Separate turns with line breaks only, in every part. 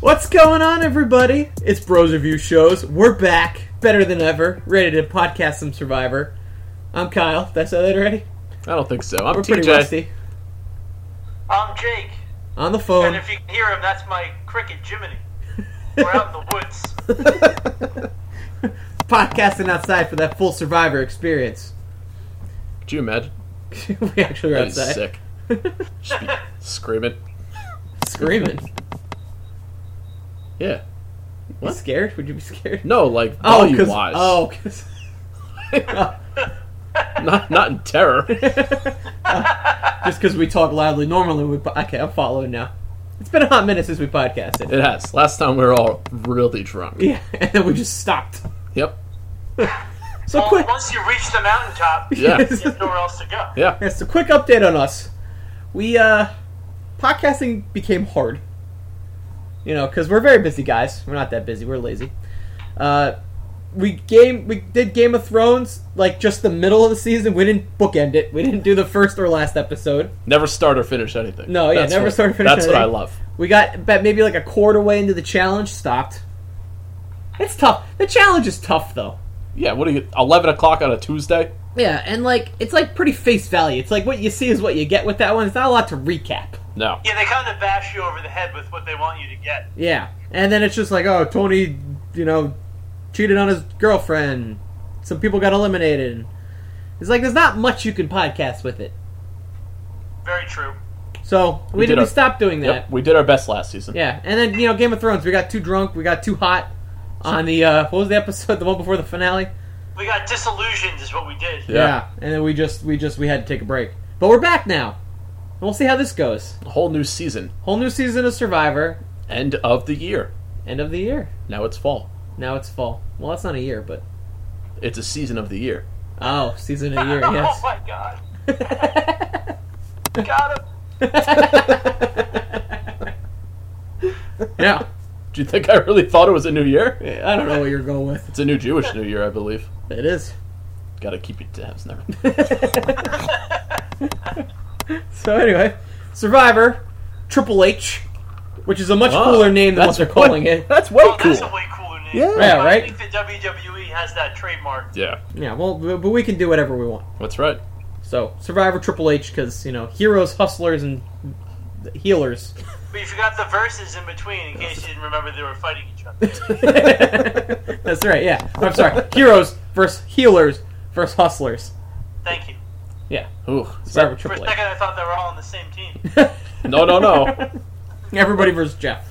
What's going on, everybody? It's Bros Review Shows. We're back, better than ever, ready to podcast some Survivor. I'm Kyle. Did I say that already?
I don't think so. I'm
We're pretty
TJ.
rusty.
I'm Jake,
On the
and
Oh.
phone.
if you can hear him, that's my cricket Jiminy. We're out in the woods.
Podcasting outside for that full Survivor experience.
Do you imagine?
we actually were
That is
outside.
sick. Just be screaming.
Screaming.
Yeah.
You
What?
scared? Would you be scared?
No, like all you
'cause-
wise.
Oh, 'cause-
Not not in terror.
just because we talk loudly. Normally, we. Po- okay, I'm following now. It's been a hot minute since we podcasted.
It has. Last time we were all really drunk.
Yeah, and then we just stopped.
Yep.
So
Oh, Well,
quick.
once you reach the mountaintop,
Yeah.
there's nowhere else to go.
Yeah.
Yes, a quick update on us. We, uh, podcasting became hard. You know, because we're very busy guys. We're not that busy. We're lazy. Uh, we game we did Game of Thrones like just the middle of the season. We didn't bookend it. We didn't do the first or last episode.
Never start or finish anything.
No, yeah, never
what,
start or finish
That's what I
anything.
love.
We got about maybe like a quarter way into the challenge, stopped. It's tough. The challenge is tough though.
Yeah, what are you eleven o'clock on a Tuesday?
Yeah, and like it's like pretty face value. It's like what you see is what you get with that one. It's not a lot to recap.
No.
Yeah, they kind of bash you over the head with what they want you to get.
Yeah, and then it's just like, oh, Tony, you know, cheated on his girlfriend. Some people got eliminated. It's like there's not much you can podcast with it.
Very true.
So we,
We
did,
did
we
our-
stopped doing that.
Yep. We did our best last season.
Yeah, and then you know, Game of Thrones. We got too drunk. We got too hot on the uh, what was the episode? The one before the finale.
We got disillusioned, is what we did.
Yeah.
and then we just we just we had to take a break. But we're back now. And we'll see how this goes.
A whole new season.
Whole new season of Survivor.
End of the year.
End of the year.
Now it's fall.
Now it's fall. Well, that's not a year, but
It's a season of the year.
oh, season of the year.
Oh
Yes.
my god. Got him.
yeah.
Do you think I really thought it was a new year?
I don't know what you're going with.
It's a new Jewish New Year, I believe.
It is.
Gotta keep your tabs. Never.
So anyway, Survivor, Triple H, which is a much cooler name than what
Ah, that's
they're calling
way-
it.
That's way
Oh, that's a
cool.
way cooler name.
Yeah.
Yeah,
I
right.
think the WWE has that trademark.
Yeah,
Yeah, well, b- but we can do whatever we want.
that's right.
So Survivor Triple H, because you know heroes, hustlers, and healers.
But you forgot the verses in between in case you didn't remember they were fighting each other.
That's right. Yeah, I'm sorry. Heroes versus healers versus hustlers.
Thank you.
Yeah,
Ooh, is
Survivor
that,
For a
Triple H.
second, I thought they were all on the same team.
no, no, no.
Everybody versus Jeff.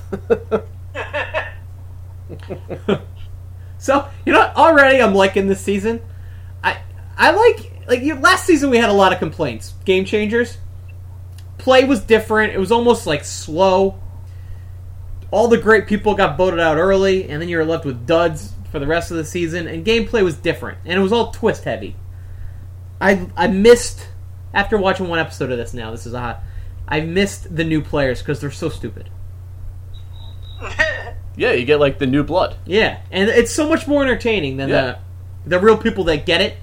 so you know, already I'm liking this season. I I like like you, last season we had a lot of complaints. Game changers. Play was different. It was almost like slow. All the great people got voted out early, and then you were left with duds for the rest of the season. And gameplay was different, and it was all twist heavy. I I missed after watching one episode of this. Now this is a hot. I missed the new players because they're so stupid.
Yeah, you get like the new blood.
Yeah, and it's so much more entertaining than
Yeah.
the the real people that get it,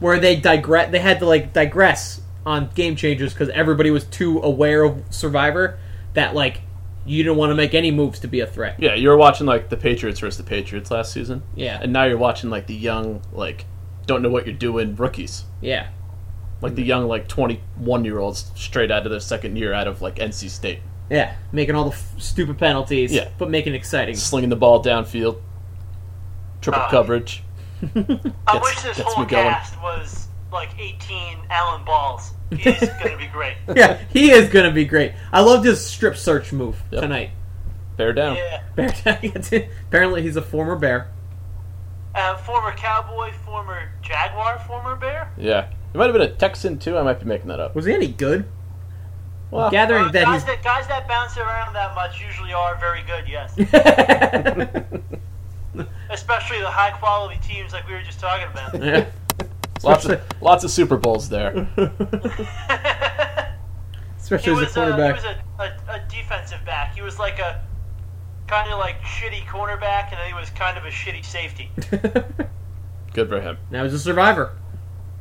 where they digress. They had to like digress on Game Changers because everybody was too aware of Survivor that like you didn't want to make any moves to be a threat.
Yeah, you were watching like the Patriots versus the Patriots last season.
Yeah.
and now you're watching like the young, like don't know what you're doing rookies,
Yeah,
like
Mm-hmm.
the young, like 21 year olds straight out of their second year out of like NC State,
yeah, making all the f- stupid penalties.
Yeah.
but making it exciting.
slinging the ball downfield, triple
Ah.
coverage.
I
Gets-
wish this
gets
whole
me going.
cast was like 18 Allen Balls. He's going to be great.
Yeah, he is gonna be great. I loved his strip search move
Yep.
tonight.
Bear down.
Yeah.
Bear Apparently, he's a former bear.
Uh, former Cowboy, former Jaguar, former Bear?
Yeah. It might have been a Texan too. I might be making that up.
Was he any good?
Well,
Gathering
Uh,
that
guys,
he's
that, guys that bounce around that much usually are very good, yes. Especially the high quality teams like we were just talking about.
yeah.
lots of lots of Super Bowls there.
especially
He
as a
was, uh, a, he
quarterback.
was a, a, a defensive back. He was like a kind of like shitty cornerback, and then he was kind of a shitty safety.
Good for him.
Now he's a survivor.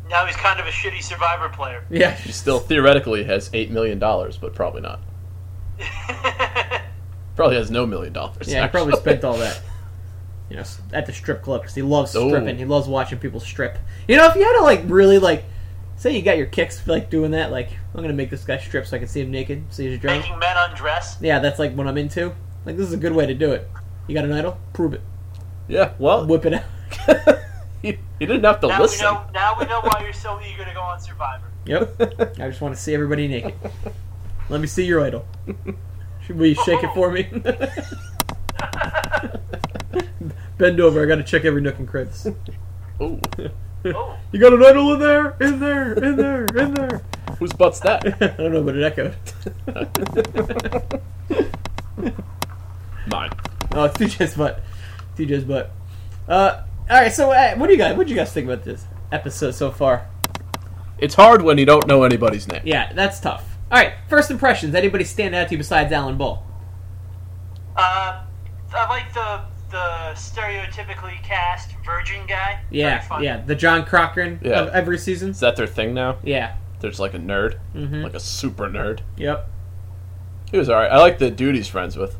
Now he's kind of a shitty survivor player.
Yeah,
He still theoretically has eight million dollars, but probably not. Probably has no million dollars.
Yeah, he probably spent all that. You know, s- at the strip club because he loves
Oh.
stripping. He loves watching people strip. You know, if you had to like really like, say you got your kicks for, like doing that, like I'm gonna make this guy strip so I can see him naked, see he's drunk.
Making men undress.
Yeah, that's like what I'm into. Like this is a good way to do it. You got an idol? Prove it.
Yeah, well,
Whip it out.
he, he didn't have to
Now
listen.
we know. Now we know why you're so eager to go on Survivor.
Yep. I just want to see everybody naked. Let me see your idol. Should we shake it for me? Bend over. I got to check every nook and crevice.
Ooh,
Oh,
You got an idol in there, in there, in there, in there.
whose butt's that?
I don't know, but it echoed.
Mine.
Oh, it's DJ's butt. DJ's butt. Uh, all right. So, uh, what do you guys? What do you guys think about this episode so far?
It's hard when you don't know anybody's name.
Yeah, that's tough. All right. First impressions. Anybody stand out to you besides Alan Ball?
uh, I like the the stereotypically cast virgin guy.
Yeah,
Very funny.
yeah. The John Cochran
Yeah.
of every season.
Is that their thing now?
Yeah.
There's like a nerd,
hmm
like a super nerd.
Yep.
He was alright. I like the dude he's friends with.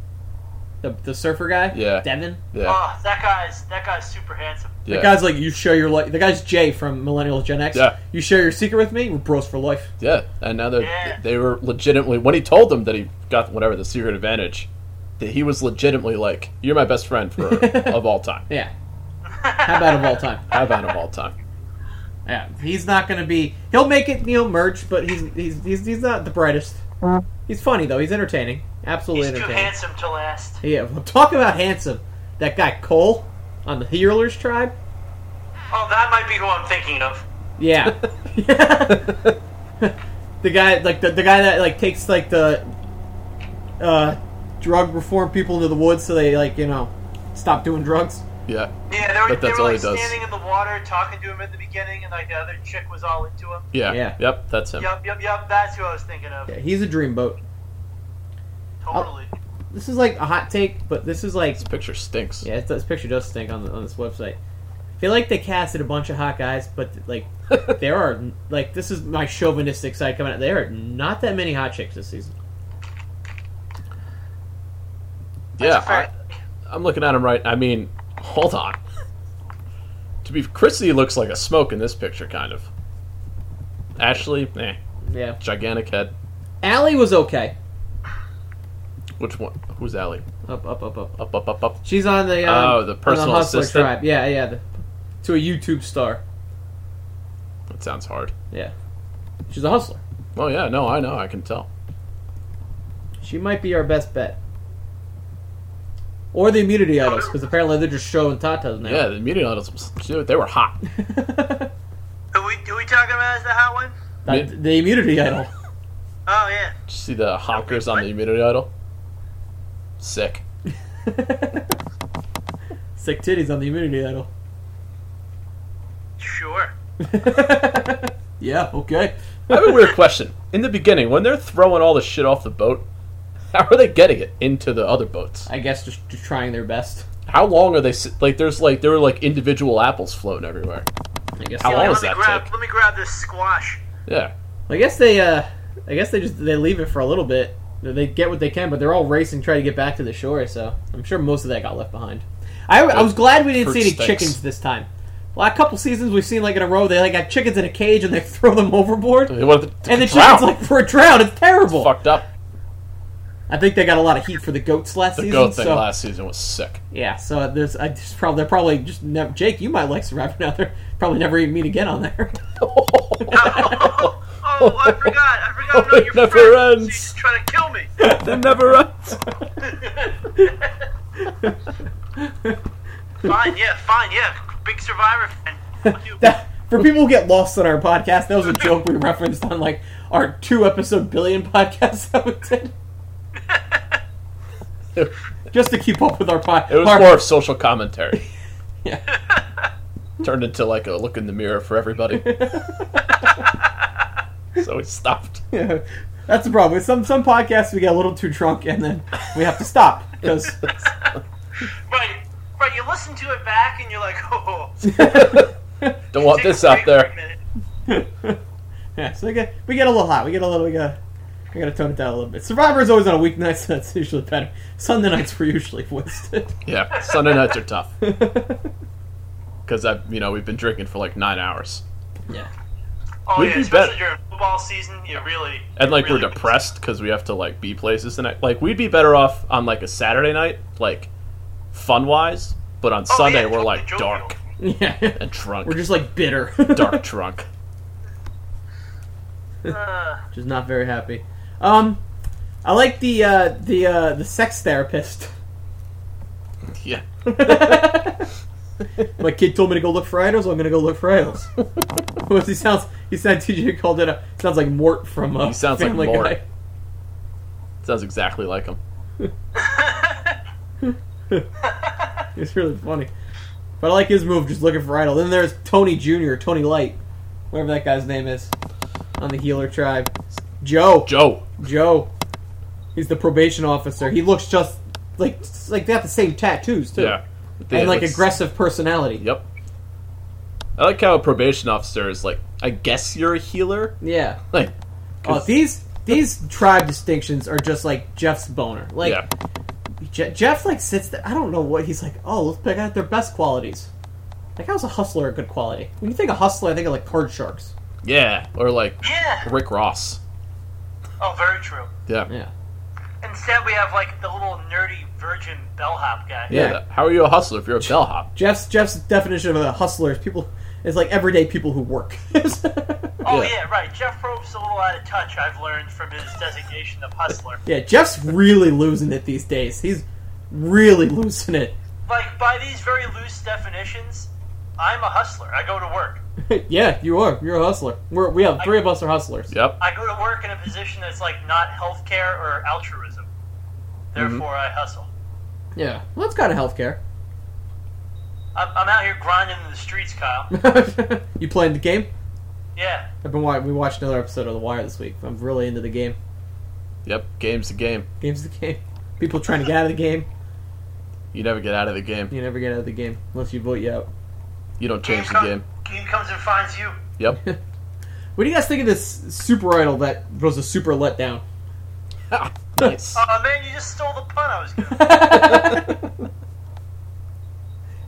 The, the surfer guy.
Yeah.
Devin.
Yeah,
Oh, that guy's that guy's super handsome.
yeah.
The guy's like, you share your life. The guy's Jay from Millennial Gen X.
Yeah.
You share your secret with me. We're bros for life.
Yeah, and now they
Yeah.
they were legitimately when he told them that he got whatever the secret advantage, that he was legitimately like, "You're my best friend for of all time.
Yeah. How about of all time?
I've had him all time."
Yeah, he's not going to be. He'll make it, you know, merch, but he's he's he's, he's not the brightest. He's funny though. He's entertaining. Absolutely
He's too
entertaining.
handsome to last.
Yeah, well, talk about handsome. That guy Cole on the Healers tribe.
Oh, that might be who I'm thinking of.
Yeah. the guy, like the, the guy that like takes like the uh, drug reform people into the woods so they like you know stop doing drugs.
Yeah,
Yeah, they were,
But
they
that's
were
all he
like
does.
standing in the water talking to him at the beginning, and like the other chick was all into him.
yeah,
Yeah.
Yep, that's him.
Yup, yup, yup. That's who I was thinking of.
Yeah, he's a dreamboat.
Totally.
Oh.
This is like a hot take, but this is like
This picture stinks.
Yeah, it, this picture does stink on, the, on this website. I feel like they casted a bunch of hot guys, but like there are like this is my chauvinistic side coming out. There are not that many hot chicks this season.
That's
Yeah,
a fair-
I, am looking at him right. I mean, hold on. to be Chrissy looks like a smoke in this picture, kind of. Ashley, eh,
Yeah,
gigantic head.
Allie was okay.
Which one? Who's Allie?
Up, up, up, up.
Up, up, up, up.
She's on the um,
Oh, the
on
personal
Hustler
assistant?
Tribe. Yeah, yeah, the, to a YouTube star.
That sounds hard.
Yeah, she's a hustler.
Oh yeah, no, I know, I can tell.
She might be our best bet. Or the immunity idols, because apparently they're just showing tatas
Yeah,
now.
the media models, dude, they were hot.
Yeah.
Who we who we talking about as the hot one?
the, the immunity idol.
Oh yeah.
Did you see the honkers on the immunity idol? Sick.
Sick titties on the immunity idol.
Sure.
yeah, okay.
I have a weird question. In the beginning, when they're throwing all the shit off the boat, how are they getting it into the other boats?
I guess just, just trying their best.
How long are they si- like? There's like there were like individual apples floating everywhere.
I guess.
How
they,
long
let
does
me
that
grab
take?
let me grab this squash.
Yeah,
I guess they. Uh, I guess they just they leave it for a little bit. They get what they can, but they're all racing trying to get back to the shore. So I'm sure most of that got left behind. I, I was glad we didn't
Fruit
see any
stinks.
chickens this time. Last couple seasons we've seen like in a row they like got chickens in a cage and they throw them overboard
they wanted to, to
and the
drown.
chickens like for a drown. It's terrible.
fucked up.
I think they got a lot of heat for the goats last
The
season.
goat thing
so
last season was sick.
Yeah, so there's I just probably they're probably just never. Jake, you might like Survivor now. They're probably never even meet again on there.
Oh, oh, I forgot. I forgot
Oh,
about
it
your
never
friend.
ends.
She's just trying to kill me.
they never runs.
fine, yeah, fine, yeah. Big survivor fan. Fuck you.
That- for people who get lost on our podcast, that was a joke we referenced on like our two episode billion podcast that we did. Just to keep up with our podcast.
It was more of social commentary.
Yeah.
Turned into like a look in the mirror for everybody. so we stopped.
Yeah, that's the problem. With some some podcasts, we get a little too drunk and then we have to stop because
Right, right. You listen to it back and you're like, oh.
Don't want
take a
this out
break for a
there.
minute.
yeah, so we get we get a little hot. We get a little we get I gotta tone it down a little bit. Survivor is always on a weeknight, so that's usually better. Sunday nights were usually wasted.
Yeah, Sunday nights are tough because I, you know, we've been drinking for like nine hours,
yeah.
Oh
We'd
yeah,
be
especially
better.
during football season, you really
and like
really
we're depressed because we have to like be places the night. Like we'd be better off on like a Saturday night, like fun wise, but on
Oh,
Sunday
yeah,
we're like
totally
dark
jovial.
Yeah.
and drunk,
We're just like bitter.
dark drunk.
Uh,
Just not very happy. Um, I like the uh, the uh, the sex therapist.
Yeah,
My kid told me to go look for idols. I'm gonna go look for idols. Well, he sounds. He said TJ called it. A, sounds like Mort from. Uh,
He sounds like
Family
Mort.
Guy.
sounds exactly like him.
It's really funny. But I like his move, just looking for idol. Then there's Tony Jr., Tony Light, whatever that guy's name is, on the healer tribe. Joe.
Joe,
Joe. He's the probation officer. He looks just like like they have the same tattoos too,
yeah, They-
and like
let's-
aggressive personality.
Yep. I like how a probation officer is like, I guess you're a healer.
Yeah.
Like,
Oh,
'cause-
these these tribe distinctions are just like Jeff's boner. Like
yeah,
Je- Jeff like sits there. I don't know what he's like. Oh, let's pick out their best qualities. Like how's a hustler a good quality? When you think of hustler, I think of like card sharks.
yeah, or like
yeah.
Rick Ross.
Oh, very true.
Yeah, yeah.
Yeah.
Instead, we have like the little nerdy virgin bellhop guy.
Yeah.
that- How are you a hustler if you're a bellhop?
Jeff's Jeff's definition of a hustler is people is like everyday people who work.
Oh
Yeah.
yeah. right. Jeff Probst's a little out of touch. I've learned from his designation of hustler.
yeah, Jeff's really losing it these days. He's really losing it.
Like by these very loose definitions, I'm a hustler. I go to work.
yeah, you are. You're a hustler. We're, we have three of us are hustlers.
Yep.
I go to work in a position that's like not healthcare or altruism. Therefore, I hustle.
Yeah, well, that's kind of healthcare.
I'm, I'm out here grinding in the streets, Kyle.
you playing the game?
Yeah.
I've been watching. We watched another episode of The Wire this week. I'm really into the game.
Yep. Game's the game.
Game's the game. People trying to get out of the game.
You never get out of the game.
You never get out of the game unless you vote you out.
You don't change the
come-
game.
game comes and finds you.
Yep.
What do you guys think of this super idol that was a super letdown?
Ha, nice.
Oh man, you just stole the pun I was gonna.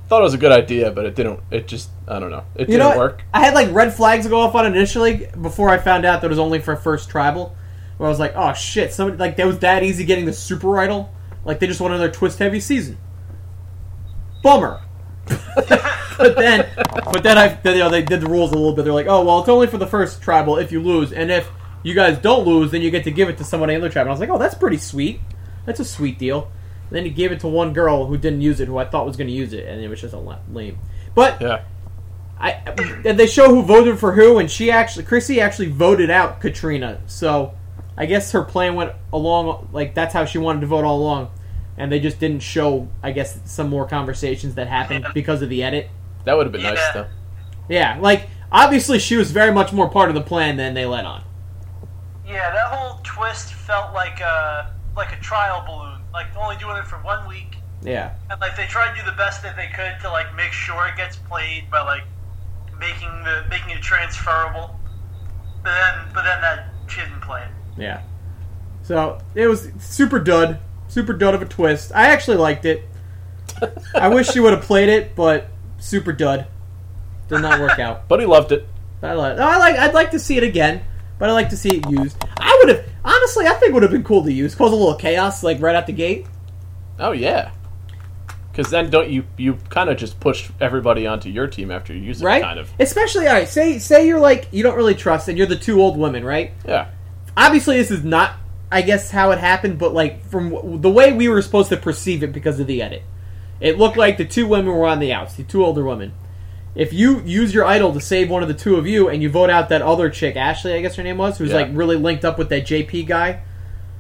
Thought it was a good idea, but it didn't. It just, I don't know. It
You
didn't
know, what?
work.
I had like red flags go off on it initially before I found out that it was only for first tribal. Where I was like, oh shit, somebody like that was that easy getting the super idol. Like they just want another twist heavy season. Bummer. but then, but then I, then, you know, they did the rules a little bit. They're like, oh well, it's only for the first tribal if you lose, and if you guys don't lose, then you get to give it to somebody in the tribe. And I was like, oh, that's pretty sweet. That's a sweet deal. And then he gave it to one girl who didn't use it, who I thought was going to use it, and it was just a la- lame. But
Yeah.
I and they show who voted for who, and she actually, Chrissy actually voted out Katrina. So I guess her plan went along like that's how she wanted to vote all along, and they just didn't show. I guess some more conversations that happened because of the edit.
That would have been nice,
Yeah.
though.
Yeah, like obviously she was very much more part of the plan than they let on.
Yeah, that whole twist felt like a like a trial balloon. Like only doing it for one week,
Yeah,
and like they tried to do the best that they could to like make sure it gets played by like making the making it transferable. But then, but then that she didn't play it.
yeah. So it was super dud, super dud of a twist. I actually liked it. I wish she would have played it, but super dud. Did not work out.
But he loved it.
I like. No, I like. I'd like to see it again, but I like to see it used. I would have honestly. I think would have been cool to use. Cause a little chaos, like right out the gate.
Oh yeah. Because then don't you you kind of just push everybody onto your team after you use it,
Right.
kind of.
Especially, all right. Say, say you're like you don't really trust, and you're the two old women, right?
Yeah.
Obviously, this is not. I guess how it happened, but like from w- the way we were supposed to perceive it because of the edit, it looked like the two women were on the outs, the two older women. If you use your idol to save one of the two of you, and you vote out that other chick, Ashley, I guess her name was, who's
Yeah.
like really linked up with that JP guy,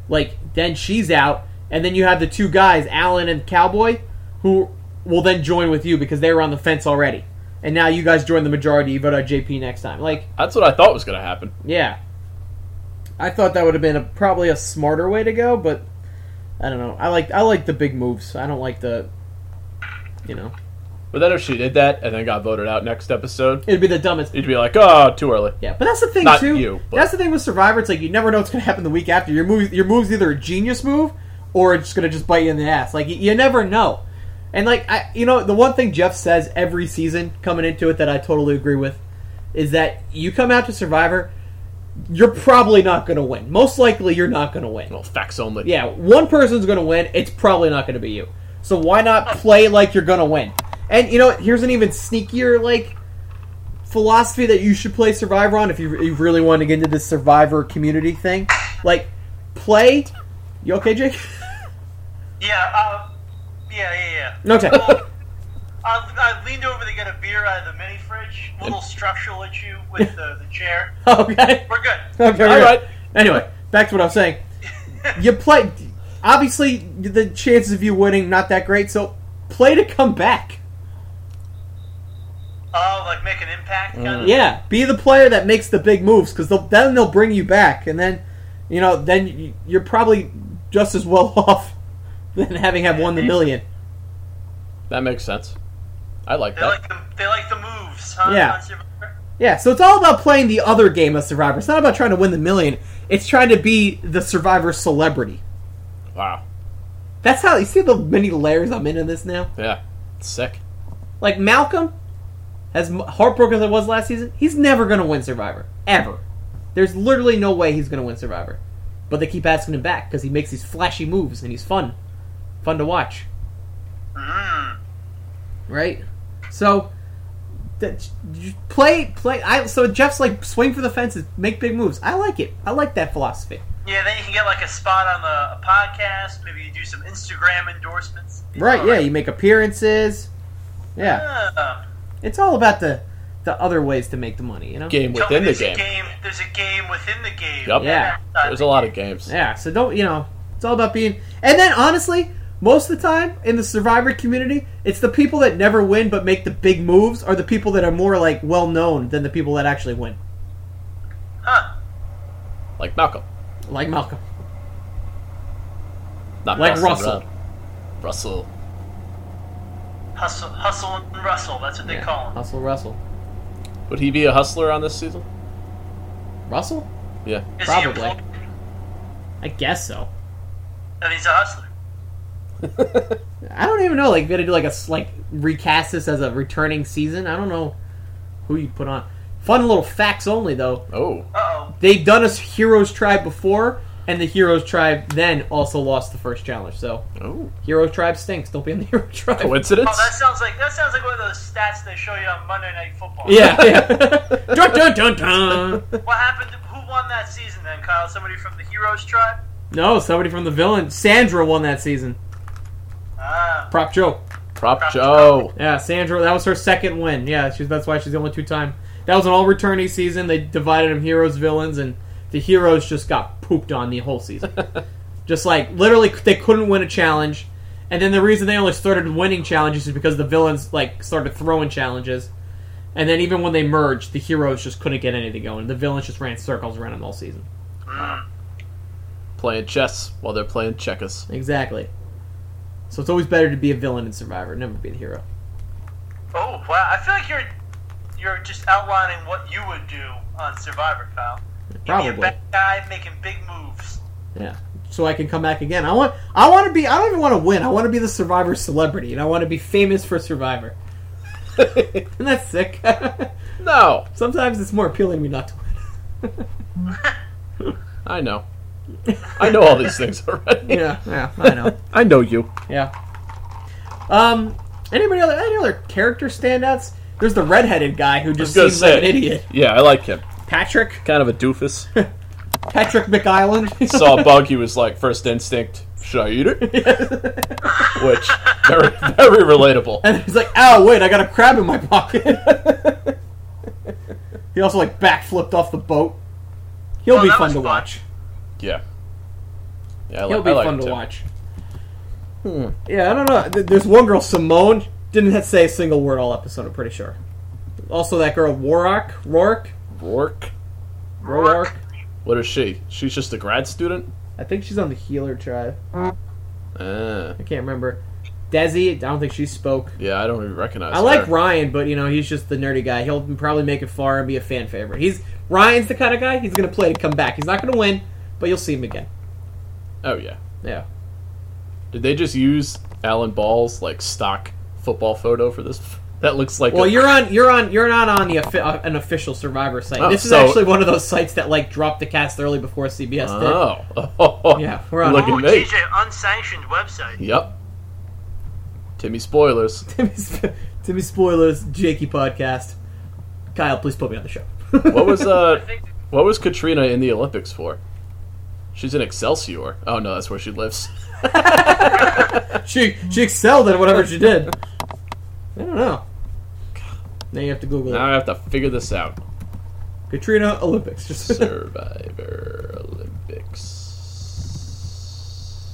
like then she's out and then you have the two guys alan and cowboy who will then join with you because they were on the fence already and now you guys join the majority you vote out jp next time like
That's what I thought was gonna happen.
yeah i thought that would have been a, probably a smarter way to go but i don't know i like i like the big moves i don't like the you know
But then if she did that and then got voted out next episode,
It'd be the dumbest.
you'd be like, oh, too early.
Yeah, but that's the thing
Not
too.
you, but-
That's the thing with Survivor. It's like you never know what's going to happen the week after. Your move, your move's either a genius move or it's going to just bite you in the ass. Like you, you never know. And like I, you know, the one thing Jeff says every season coming into it that I totally agree with is that you come out to Survivor, you're probably not going to win. Most likely, you're not going to win.
Well, facts only.
Yeah, one person's gonna win. It's probably not gonna be you. So why not play like you're gonna win? And you know, what? here's an even sneakier like philosophy that you should play Survivor on if you, you really want to get into this Survivor community thing. Like, play. You okay, Jake?
Yeah, um, yeah, yeah, yeah.
Okay.
Well, I, I leaned over to get a beer out of the mini fridge. Little structural issue with the, the chair.
okay.
We're good.
Okay.
All right.
Anyway, back to what I'm saying. You play. Obviously, the chances of you winning not that great. So play to come back.
Oh, like make an impact kind of.
Mm, Yeah, be the player that makes the big moves because they'll, then they'll bring you back, and then you know then y- you're probably just as well off than having have won the million.
That makes sense. I like
They
that.
like the they like the moves, huh?
Yeah.
on Survivor?
Yeah, so it's all about playing the other game of Survivor. It's not about trying to win the million. It's trying to be the Survivor celebrity.
wow.
That's how you see the many layers I'm in in this now.
Yeah. Sick.
Like Malcolm, as m- heartbroken as I was last season, he's never going to win Survivor ever. There's literally no way he's going to win Survivor. But they keep asking him back because he makes these flashy moves and he's fun, fun to watch,
Mm.
right? So, that, j- play, play. I so Jeff's like swing for the fences, make big moves. I like it. I like that philosophy.
Yeah, then you can get like a spot on the a podcast. Maybe you do some Instagram endorsements. Oh,
Right? Yeah, you make appearances. Yeah,
Uh,
it's all about the the other ways to make the money. You know.
Game
tell me
within the
there's
game.
A game. There's a game within the game.
Yup.
Yeah.
There's a lot of games.
Yeah, so don't you know? It's all about being. And then honestly, most of the time in the Survivor community, it's the people that never win but make the big moves are the people that are more like well known than the people that actually win,
Huh.
Like Malcolm.
like Malcolm.
Not
Like
Russell.
Russell.
Rudd. Russell.
Hustle, hustle, and rustle. That's what they
Yeah,
call them.
Russell Russell.
Would he be a hustler on this season?
Russell?
Yeah.
Is
probably.
he employed?
I guess so.
Then he's a hustler.
I don't even know. Like, gonna do like a s- like recast this as a returning season. I don't know who you put on. Fun little facts only though.
oh.
Uh oh.
They've done a s- Heroes Tribe before, and the Heroes Tribe then also lost the first challenge. So
Oh.
Hero Tribe stinks. Don't be in the Hero Tribe.
Coincidence?
Oh, that sounds like that sounds like one of those stats they show you on Monday Night Football.
Yeah, yeah. dun, dun, dun, dun.
What happened? To, who won that season then, Kyle? Somebody from the Heroes tribe?
No, somebody from the villain. Sandra won that season.
Ah.
Prop Joe.
Prop Joe.
Yeah, Sandra. That was her second win. Yeah, she's, that's why she's the only two time. That was an all returnee season. They divided them heroes, villains, and the heroes just got pooped on the whole season. just like literally, they couldn't win a challenge. And then the reason they only started winning challenges is because the villains like started throwing challenges. And then even when they merged, the heroes just couldn't get anything going. The villains just ran circles around them all season.
hmm.
Playing chess while they're playing checkers.
Exactly. So it's always better to be a villain in Survivor, never be the hero.
Oh wow! I feel like you're you're just outlining what you would do on Survivor, Kyle. You'd Be a
Probably.
bad guy making big moves.
Yeah. So I can come back again. I want. I want to be. I don't even want to win. I want to be the Survivor celebrity, and I want to be famous for Survivor. Isn't that sick?
no.
Sometimes it's more appealing to me not to win.
I know. I know all these things already.
Yeah. Yeah. I know.
I know you.
Yeah. Um. Anybody other? Any other character standouts? There's the redheaded guy who just
gonna
seems like
say.
an idiot.
Yeah, I like him.
Patrick.
Kind of a doofus.
Patrick McIsland.
Saw a bug, he was like, first instinct, should I eat it? Which, very, very relatable.
And he's like, "Oh wait, I got a crab in my pocket." he also like backflipped off the boat. He'll
Oh,
be
that
fun
was
to
fun.
watch.
Yeah. Yeah, I like
He'll be
I like
fun
him
to
too.
watch. Yeah, I don't know. Th- There's one girl, Simone, didn't have- say a single word all episode. I'm pretty sure. Also, that girl Warrock, Rourke,
Rourke?
Rourke.
What is she? She's just a grad student?
I think she's on the healer tribe.
Uh,
I can't remember. Desi, I don't think she spoke.
Yeah, I don't even recognize.
I like
her.
Ryan, but you know he's just the nerdy guy. He'll probably make it far and be a fan favorite. He's Ryan's the kind of guy he's gonna play to come back. He's not gonna win, but you'll see him again.
Oh yeah.
Yeah,
Did they just use Alan Ball's like stock football photo for this? That looks like.
Well,
a-
you're on. You're on. You're not on the offi- uh, an official Survivor site.
Oh,
this is
so-
actually one of those sites that like dropped the cast early before CBS did.
Oh. oh.
Yeah, we're on-
Look
Oh,
at me.
TJ, unsanctioned website.
Yep. Timmy spoilers.
Timmy, Sp- Timmy spoilers, Jakey podcast. Kyle, please put me on the show.
What was
I
uh?
think
What was Katrina in the Olympics for? She's in Excelsior. Oh no, that's where she lives.
she she excelled at whatever she did. I don't know. Now you have to Google
Now
it.
I have to figure this out.
Katrina Olympics. Just
Survivor Olympics.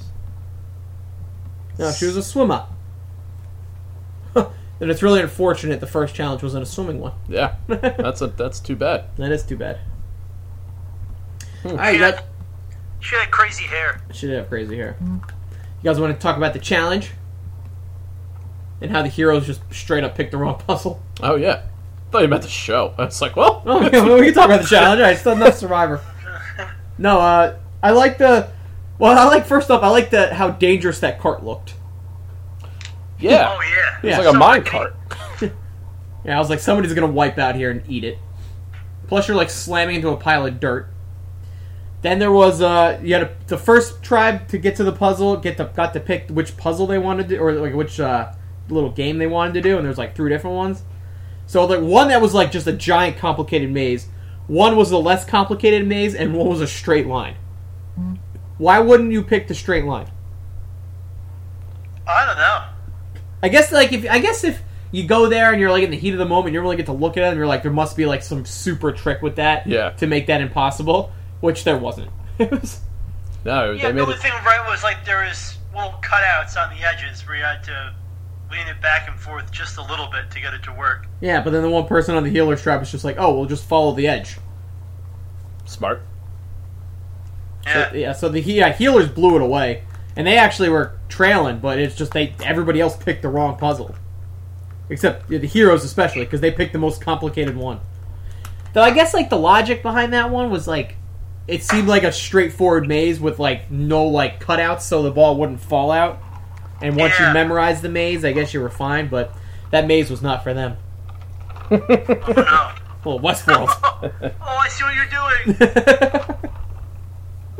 no, she was a swimmer. and it's really unfortunate the first challenge wasn't a swimming one.
Yeah, that's a, that's too bad.
That is too bad.
Hmm.
All right, that,
she had crazy hair.
Should have crazy hair. You guys want to talk about the challenge and how the heroes just straight up picked the wrong puzzle?
Oh yeah, thought you meant the show. I was like, well,
Oh, yeah, well, we can talk about the challenge. All right, still enough Survivor. No, uh, I like the. Well, I like first off, I like the how dangerous that cart looked.
yeah,
Oh yeah.
Yeah.
it's like a
So
mine
fucking-
cart.
Yeah, I was like, somebody's gonna wipe out here and eat it. Plus, you're like slamming into a pile of dirt. Then there was uh, you had a, the first tribe to get to the puzzle, get to got to pick which puzzle they wanted to, or like which uh, little game they wanted to do, and there's like three different ones. So like one that was like just a giant complicated maze, one was a less complicated maze, and one was a straight line. Why wouldn't you pick the straight line?
I don't know.
I guess like if I guess if you go there and you're like in the heat of the moment, you don't really get to look at it, and you're like, there must be like some super trick with that,
Yeah.
to make that impossible, which there wasn't. It was-
No,
Yeah,
they
the
made
only
it.
thing right was like there was little cutouts on the edges where you had to lean it back and forth just a little bit to get it to work.
yeah, but then the one person on the healer strap is just like, oh, we'll just follow the edge.
Smart.
Yeah. Eh.
So, yeah, so the he- yeah, healers blew it away, and they actually were trailing, but it's just they everybody else picked the wrong puzzle, except yeah, the heroes especially because they picked the most complicated one. Though I guess like the logic behind that one was like, it seemed like a straightforward maze with like no like cutouts, so the ball wouldn't fall out. And once
Yeah.
you memorized the maze, I guess you were fine. But that maze was not for them.
No.
Well, Westworld.
oh, I see what you're doing.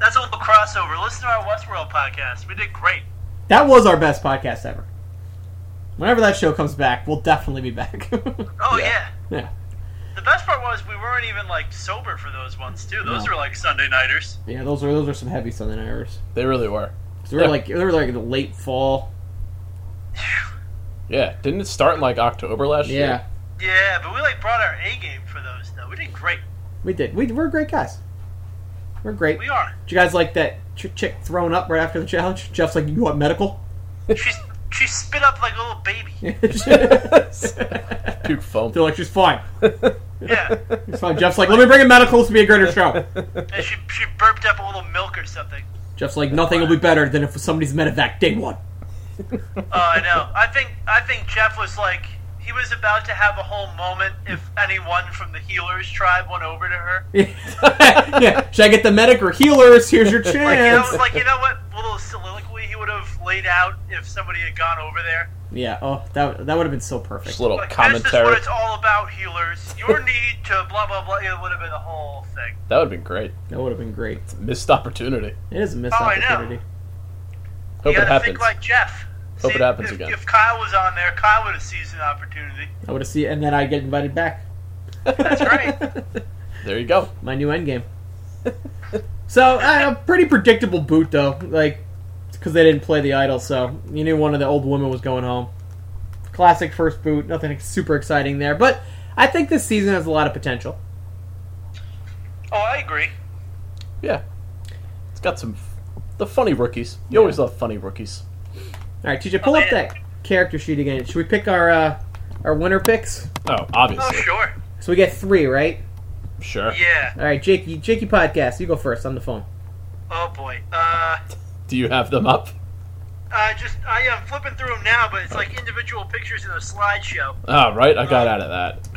That's a little crossover. Listen to our Westworld podcast. We did great.
That was our best podcast ever. Whenever that show comes back, we'll definitely be back.
Oh
Yeah.
yeah.
yeah.
The best part was we weren't even like sober for those ones too. Those
No.
were like Sunday nighters.
Yeah, those are those are some heavy Sunday nighters.
They really were.
'Cause we were like they were like in the late fall.
Yeah, didn't it start in like October last year?
Yeah.
Yeah, but we like brought our A game for those though. We did great.
We did. We we're great guys. We're great.
We are.
Did you guys like that ch- chick thrown up right after the challenge? Jeff's like, you want medical?
She she spit up like a little baby.
They're
Puke foam.
like, she's fine.
Yeah.
She's fine. Jeff's like, let me bring in medical. This will be a greater show.
and she she burped up a little milk or something.
Jeff's like, nothing will be better than if somebody's medevac day one.
Oh, I know. I think I think Jeff was like he was about to have a whole moment if anyone from the healers tribe went over to her.
yeah. Should I get the medic or healers? Here's your
Like you know,
chance.
like you know what little soliloquy he would have laid out if somebody had gone over there.
Yeah. Oh, that that would have been so perfect.
Just a little
Like this is
commentary.
what it's all about, healers. Your need to blah blah blah. It would have been the whole thing.
That would have been great.
That would have been great.
Missed opportunity.
It is a missed
Oh, I know.
opportunity.
Hope
you
it
gotta
happens.
think like Jeff.
Hope it happens
if,
again.
If Kyle was on there, Kyle would have seized an opportunity.
I would have seen, and then I get invited back.
That's right.
There you go.
My new endgame. so I, a pretty predictable boot though, like because they didn't play the idol, so you knew one of the old women was going home. Classic first boot, nothing ex- super exciting there, but I think this season has a lot of potential.
oh, I agree.
Yeah, it's got some the funny rookies. You always love funny rookies.
All right, TJ, pull up that character sheet again. Should we pick our uh, our winner picks?
Oh,
Oh,
obviously,
sure.
So we get three, right?
sure.
Yeah.
All right, Jakey, Jakey podcast, you go first on the phone.
Oh boy. Uh,
Do you have them up?
I Uh, just I am flipping through them now, but it's like individual pictures in a slideshow.
Ah, right. I got out of that.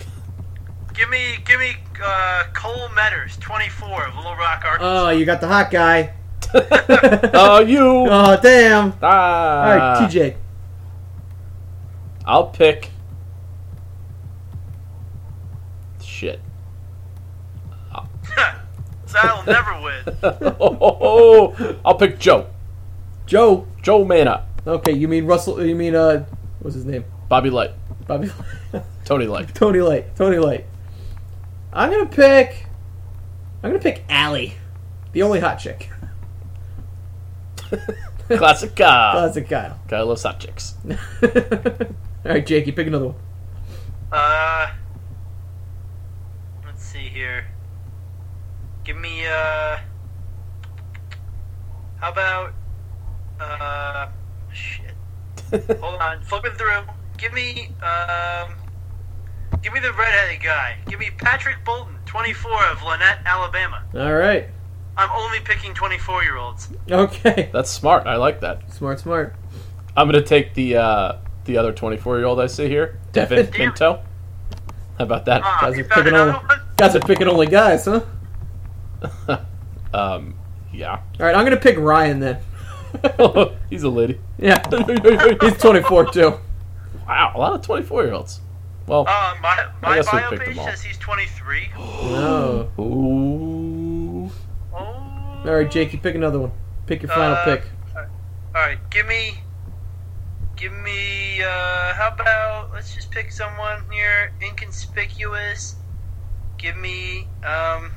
Give me, give me uh, Cole Metters, 24, of Little Rock, Arkansas.
Oh, you got the hot guy.
Oh, you.
oh, damn. All
Ah.
right, TJ.
I'll pick. Shit.
That'll never win.
I'll pick Joe.
Joe.
Joe Mana.
Okay, you mean Russell? You mean uh, what's his name?
Bobby Light.
Bobby.
Tony Light.
Tony Light. Tony Light. I'm gonna pick. I'm gonna pick Allie, the only hot chick.
Classic Kyle.
Classic Kyle.
Kyle loves hot chicks.
All right, Jake, you pick another one.
Uh, let's see here. Give me uh, how about uh, shit. Hold on, flipping through. Give me um, give me the redheaded guy. Give me Patrick Bolton, 24 of Lynette, Alabama.
All right.
I'm only picking 24 year olds.
Okay.
That's smart. I like that.
Smart, smart.
I'm gonna take the uh, the other 24 year old I see here, Devin
Damn
it.
Minto. How about that?
Ah,
Guys
you
are
found
picking
another
all-
one.
Guys are picking only guys, huh?
Um, yeah,
All right, I'm gonna pick Ryan then.
he's a lady.
Yeah,
wow,
he's 24 too.
a lot of 24 year olds. Well,
Uh, my my
guess we
bio
picked them
page
all.
says he's Oh. 23.
No.
ooh,
Oh.
All right, Jake, you pick another one. Pick your final
Uh,
pick.
All right, give me, give me. Uh, how about let's just pick someone here inconspicuous. Give me, um,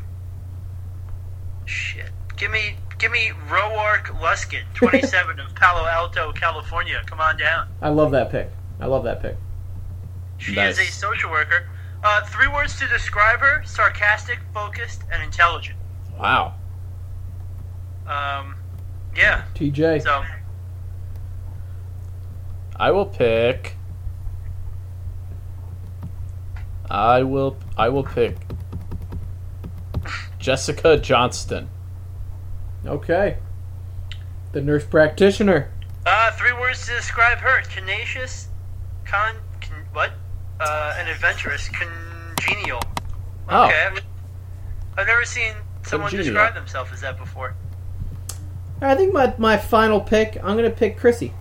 shit. Give me, give me Roark Luskin, twenty-seven of Palo Alto, California. Come on down.
I love that pick. I love that pick.
She
Nice.
is a social worker. Uh, three words to describe her: sarcastic, focused, and intelligent.
wow.
Um, yeah.
TJ.
So,
I will pick. I will. I will pick. Jessica Johnston.
Okay. The nurse practitioner.
uh, three words to describe her: tenacious, con, con what? Uh, an adventurous, congenial.
Oh.
Okay. I've- I've never seen someone
Congenial.
describe themselves as that before.
I think my, my final pick, I'm going to pick Chrissy.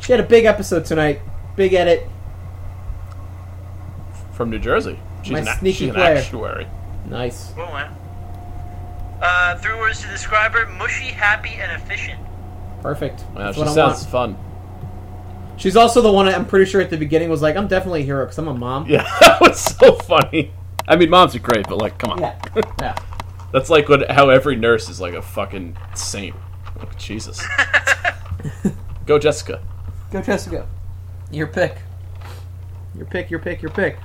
She had a big episode tonight. Big edit.
from New Jersey. She's
My
an, a-
sneaky
she's an
player.
actuary.
Nice.
Well, wow. Uh, three words to describe her: mushy, happy, and efficient.
Perfect.
Wow,
That's
she
what I
sounds
want.
fun.
She's also the one I'm pretty sure at the beginning was like, I'm definitely a hero because I'm a mom.
Yeah, that was so funny. I mean, moms are great, but like, come on.
Yeah. Yeah.
That's like what how every nurse is like a fucking saint. Like, Jesus. Go, Jessica.
Go, Jessica. Your pick. Your pick, your pick, your pick.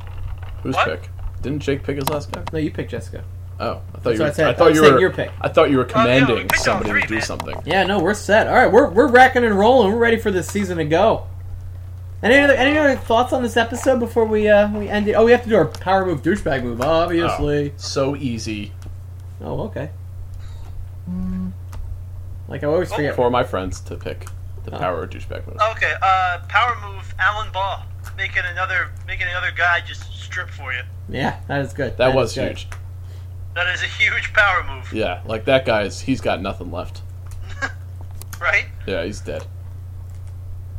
Who's
What?
pick? Didn't Jake pick his last guy?
No, you pick Jessica.
Oh, I thought
That's
you.
what
Were,
I said.
I thought
I was
you
saying
were.
your pick.
I thought you were
Oh, yeah, we
commanding
picked all
somebody
three,
to do
man.
something.
Yeah, no, we're set. All right, we're, we're racking and rolling. We're ready for this season to go. Any other any other thoughts on this episode before we uh we end it? Oh, we have to do our power move, douchebag move, obviously.
Oh, so easy
Oh, okay. Like I always
Oh,
forget.
for my friends to pick
Oh.
the power of douchebag move.
Okay. Uh, power move: Alan Ball making another making another guy just strip for you.
Yeah, that is good.
that
is
was
good.
huge.
That is a huge power move,
Yeah, like that guy is. He's got nothing left.
right?
Yeah, he's dead.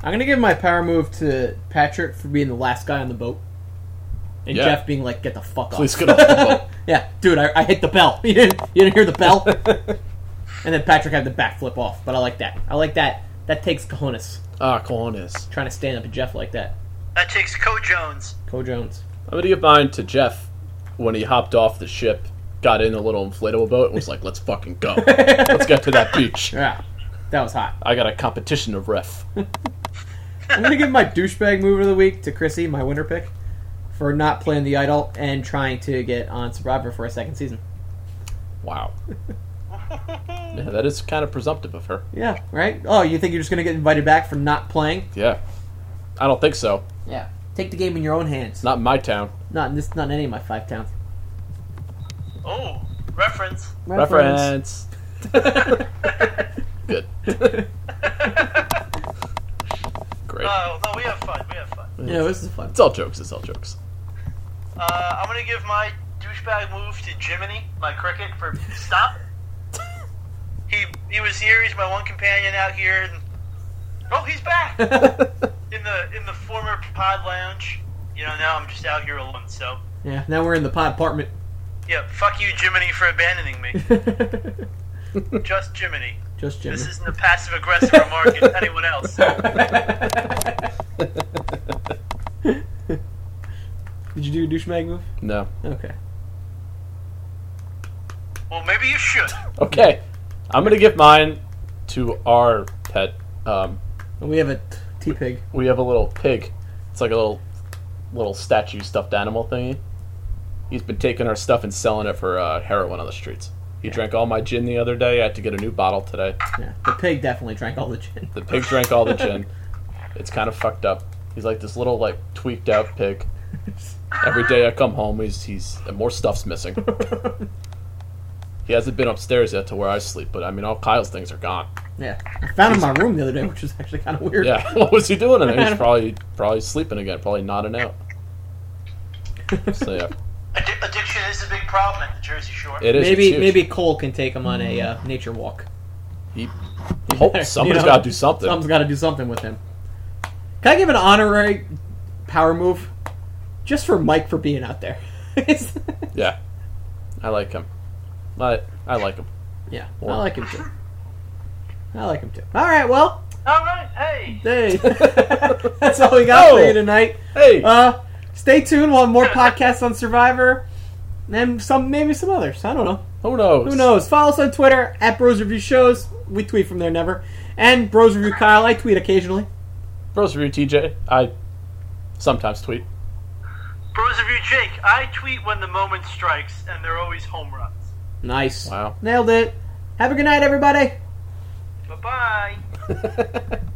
I'm gonna give my power move to Patrick for being the last guy on the boat, and
Yeah.
Jeff being like, "Get the fuck off."
Please get off the boat.
yeah, dude, I, I hit the bell. You didn't, you didn't hear the bell? and then Patrick had the backflip off, but I like that. I like that. That takes cojones.
Ah, cojones.
Trying to stand up to Jeff like that.
That takes Co Jones.
Co Jones.
I'm gonna give mine to Jeff when he hopped off the ship, got in a little inflatable boat, and was like, "Let's fucking go, let's get to that beach."
Yeah, that was hot.
I got a competition of ref.
I'm gonna give my douchebag move of the week to Chrissy, my winner pick, for not playing the idol and trying to get on Survivor for a second season.
Wow. Yeah, that is kind of presumptive of her.
Yeah, right. Oh, you think you're just gonna get invited back for not playing?
Yeah, I don't think so.
Yeah. Take the game in your own hands.
Not in my town.
Not in this. Not in any of my five towns.
Oh, reference.
Reference. Good. great.
Oh, no, we have fun. We have fun.
Yeah, this is fun.
It's all jokes. It's all jokes.
Uh, I'm gonna give my douchebag move to Jiminy, my cricket, for stop. he he was here. He's my one companion out here. And, oh, he's back in the in the former pod lounge. You know, now I'm just out here alone. So
yeah, now we're in the pod apartment.
yeah, fuck you, Jiminy, for abandoning me. just Jiminy.
Just Jimmy.
This isn't a passive aggressive remark at anyone else.
Did you do a douchebag move?
no.
Okay.
Well, maybe you should.
Okay. I'm gonna give mine to our pet. Um,
And we have a T pig.
we have a little pig. It's like a little little statue stuffed animal thingy. He's been taking our stuff and selling it for uh, heroin on the streets. He drank all my gin the other day. I had to get a new bottle today.
Yeah, the pig definitely drank all the gin.
The pig drank all the gin. It's kind of fucked up. He's like this little like tweaked out pig. Every day I come home, he's he's and more stuff's missing. He hasn't been upstairs yet to where I sleep, but I mean all Kyle's things are gone.
yeah, I found him in my room the other day, which was actually kind of weird.
Yeah, what was he doing in there? He's probably probably sleeping again, probably nodding out. So yeah,
Addi- addiction is a big problem at the Jersey Shore.
it is. it's
maybe
huge.
maybe Cole can take him on a uh, nature walk.
He, he hope
You
Oh, somebody's
know?
got to do something.
Someone's got to do something with him. Can I give an honorary power move just for Mike for being out there? It's-
Yeah, I like him. I I like him.
yeah, I
Or-
like him too. I like him too. All right, well,
All right, hey.
hey, that's all we got for
Oh.
you tonight.
Hey,
Uh, stay tuned. We'll have more podcasts on Survivor, and some maybe some others. I don't know.
who knows?
Who knows? Follow us on Twitter at Bros Review Shows. We tweet from there never. And Bros Review Kyle, I tweet occasionally.
Bros review TJ. I sometimes tweet.
Bros of you, Jake. I tweet when the moment strikes, and they're always home runs.
Nice.
Wow.
Nailed it. Have a good night, everybody.
Bye bye.